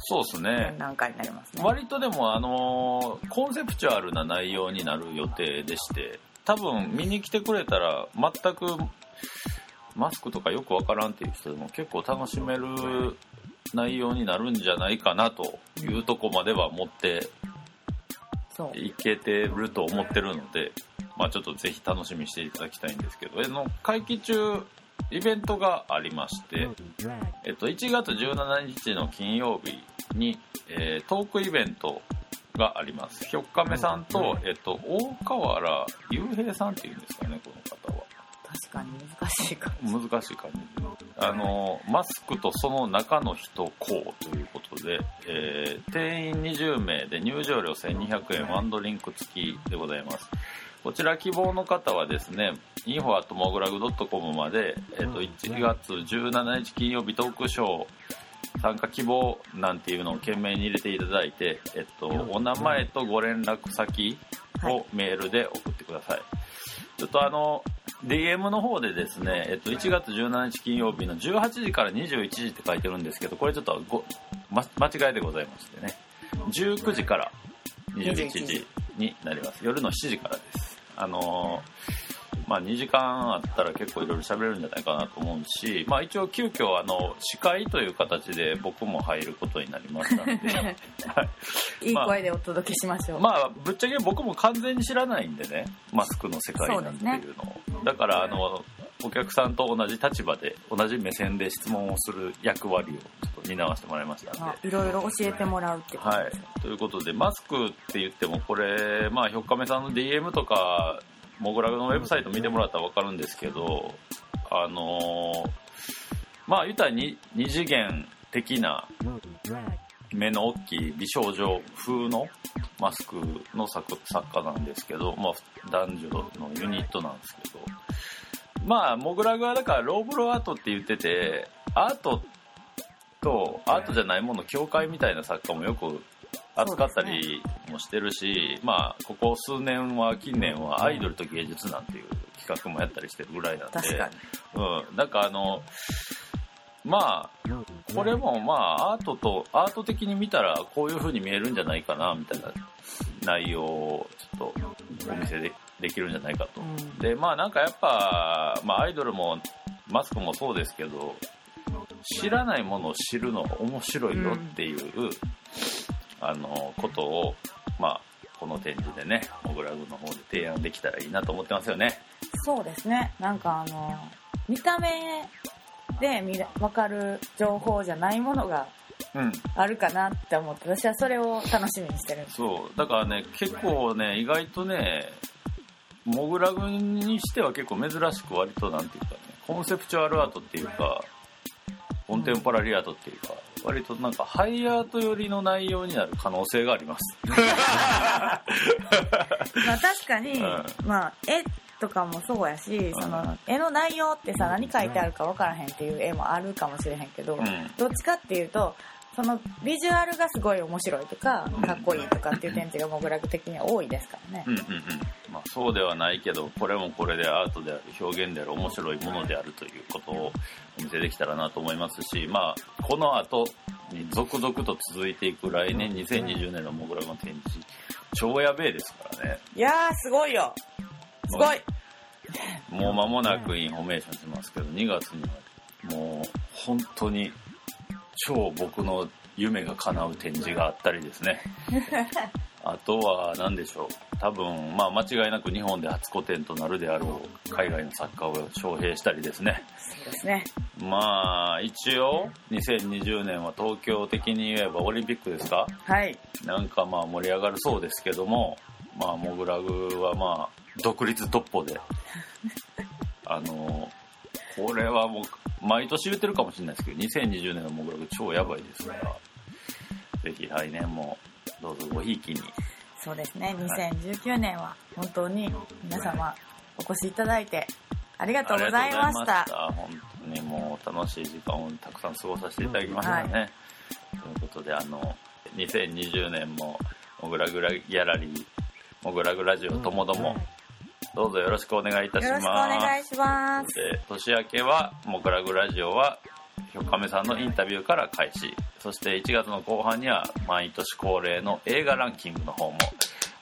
Speaker 1: そうです
Speaker 11: の
Speaker 1: ね。
Speaker 11: 段階になりますね
Speaker 1: 割とでも、あのーコンセプチュアルな内容になる予定でして、多分見に来てくれたら全くマスクとかよくわからんっていう人でも結構楽しめる内容になるんじゃないかなというとこまでは持って
Speaker 11: そう
Speaker 1: いけてると思ってるので、まあ、ちょっとぜひ楽しみにしていただきたいんですけど、えの会期中、イベントがありまして、えっと、1月17日の金曜日に、えートークイベントがあります。ひょっかめさんと、えっと、大河原雄平さんっていうんですかね、この方は。
Speaker 11: 確かに難しいか
Speaker 1: 難しい感じあのマスクとその中の人こうということで、えー定員20名で入場料1200円ワンドリンク付きでございますこちら希望の方はですね info.mograg.com まで、えっと1月17日金曜日トークショー参加希望なんていうのを懸命に入れていただいて、えっと、お名前とご連絡先をメールで送ってください。ちょっとあの、DM の方でですね、えっと、1月17日金曜日の18時から21時って書いてるんですけど、これちょっとご、ま、間違いでございましてね、19時から21時になります。夜の7時からです。あのーまあ、2時間あったら結構いろいろ喋れるんじゃないかなと思うし、まあ、一応急遽あの司会という形で僕も入ることになりましたので、はい、
Speaker 11: いい声でお届けしましょう、
Speaker 1: まあぶっちゃけ僕も完全に知らないんでねマスクの世界なんていうのをだからあのお客さんと同じ立場で同じ目線で質問をする役割をちょっと担わせてもらいましたんで
Speaker 11: あいろいろ教えてもらうってこと
Speaker 1: はい、ということでマスクって言ってもこれ、まあ、ひょっかめさんの DM とかモグラグのウェブサイト見てもらったら分かるんですけどあのーまあ言ったらに二次元的な目の大きい美少女風のマスクの作作家なんですけど、まあ、男女のユニットなんですけどまあモグラグはだからローブロアートって言っててアートとアートじゃないもの境界みたいな作家もよく扱ったりもしてるし、まあここ数年は近年はアイドルと芸術なんていう企画もやったりしてるぐらいなんで
Speaker 11: 確かに
Speaker 1: うん、なんかあのまあこれもまあアートとアート的に見たらこういう風に見えるんじゃないかなみたいな内容をちょっとお見せでできるんじゃないかと
Speaker 11: うん
Speaker 1: でまあなんかやっぱ、まあ、アイドルもマスクもそうですけど知らないものを知るのは面白いよっていう、あのことをまあこの展示でねモグラグの方で提案できたらいいなと思ってますよね
Speaker 11: そうですねなんかあの見た目で見ら分かる情報じゃないものが
Speaker 1: うん
Speaker 11: あるかなって思って私はそれを楽しみにしてるんです
Speaker 1: そうだからね結構ね意外とねモグラグにしては結構珍しく割となんていうかねコンセプチュアルアートっていうかコンテンポラリーアートっていうか割となんかハイアート寄りの内容になる可能性があります
Speaker 11: まあ確かに、
Speaker 1: う
Speaker 11: まあ絵とかもそうやしその絵の内容ってさ何書いてあるか分からへんっていう絵もあるかもしれへんけど、
Speaker 1: うん
Speaker 11: どっちかっていうとそのビジュアルがすごい面白いとかかっこいいとかっていう展示がモグラグ的には多いですからね
Speaker 1: う、んうんうんまあ、そうではないけどこれもこれでアートである表現である面白いものであるということをお見せできたらなと思いますし、まあ、この後に続々と続いていく来年2020年のモグラグの展示超やべえですからね
Speaker 11: いやーすごいよすごい
Speaker 1: もう間もなくインフォメーションしますけど、2月にはもう本当に超僕の夢が叶う展示があったりですね。あとは何でしょう。多分、まあ間違いなく日本で初個展となるであろう海外の作家を招聘したりですね。
Speaker 11: そうですね
Speaker 1: まあ一応2020年は東京的に言えばオリンピックですか
Speaker 11: はい
Speaker 1: なんかまあ盛り上がるそうですけども、まあモグラグはまあ独立突破で、 あの、これはもう毎年言ってるかもしれないですけど、2020年のモグラグ超やばいですから、ぜひ来年もどうぞごひいきに。
Speaker 11: そうですね2019年は本当に皆様お越しいただいてありがとうございました
Speaker 1: ありがとうございました。本当にもう楽しい時間をたくさん過ごさせていただきましたね。ということで、あの、2020年も、モグラグラギャラリー、モグラグラジオともども、どうぞよろしくお願いいたしま
Speaker 11: よろ
Speaker 1: す。
Speaker 11: しくお願いします
Speaker 1: で年明けは「モグラグラジオ」はひょっかめさんのインタビューから開始そして1月の後半には毎年恒例の映画ランキングの方も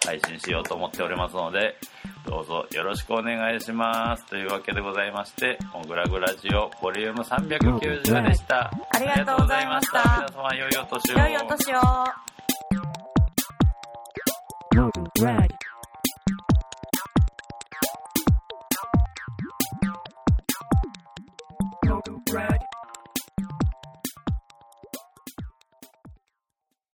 Speaker 1: 配信しようと思っておりますのでどうぞよろしくお願いしますというわけでございまして「モグラグラジオボリューム390でした
Speaker 11: ありがとうございました
Speaker 1: 皆様良いお年を
Speaker 11: 良いお年を
Speaker 12: Local Radio.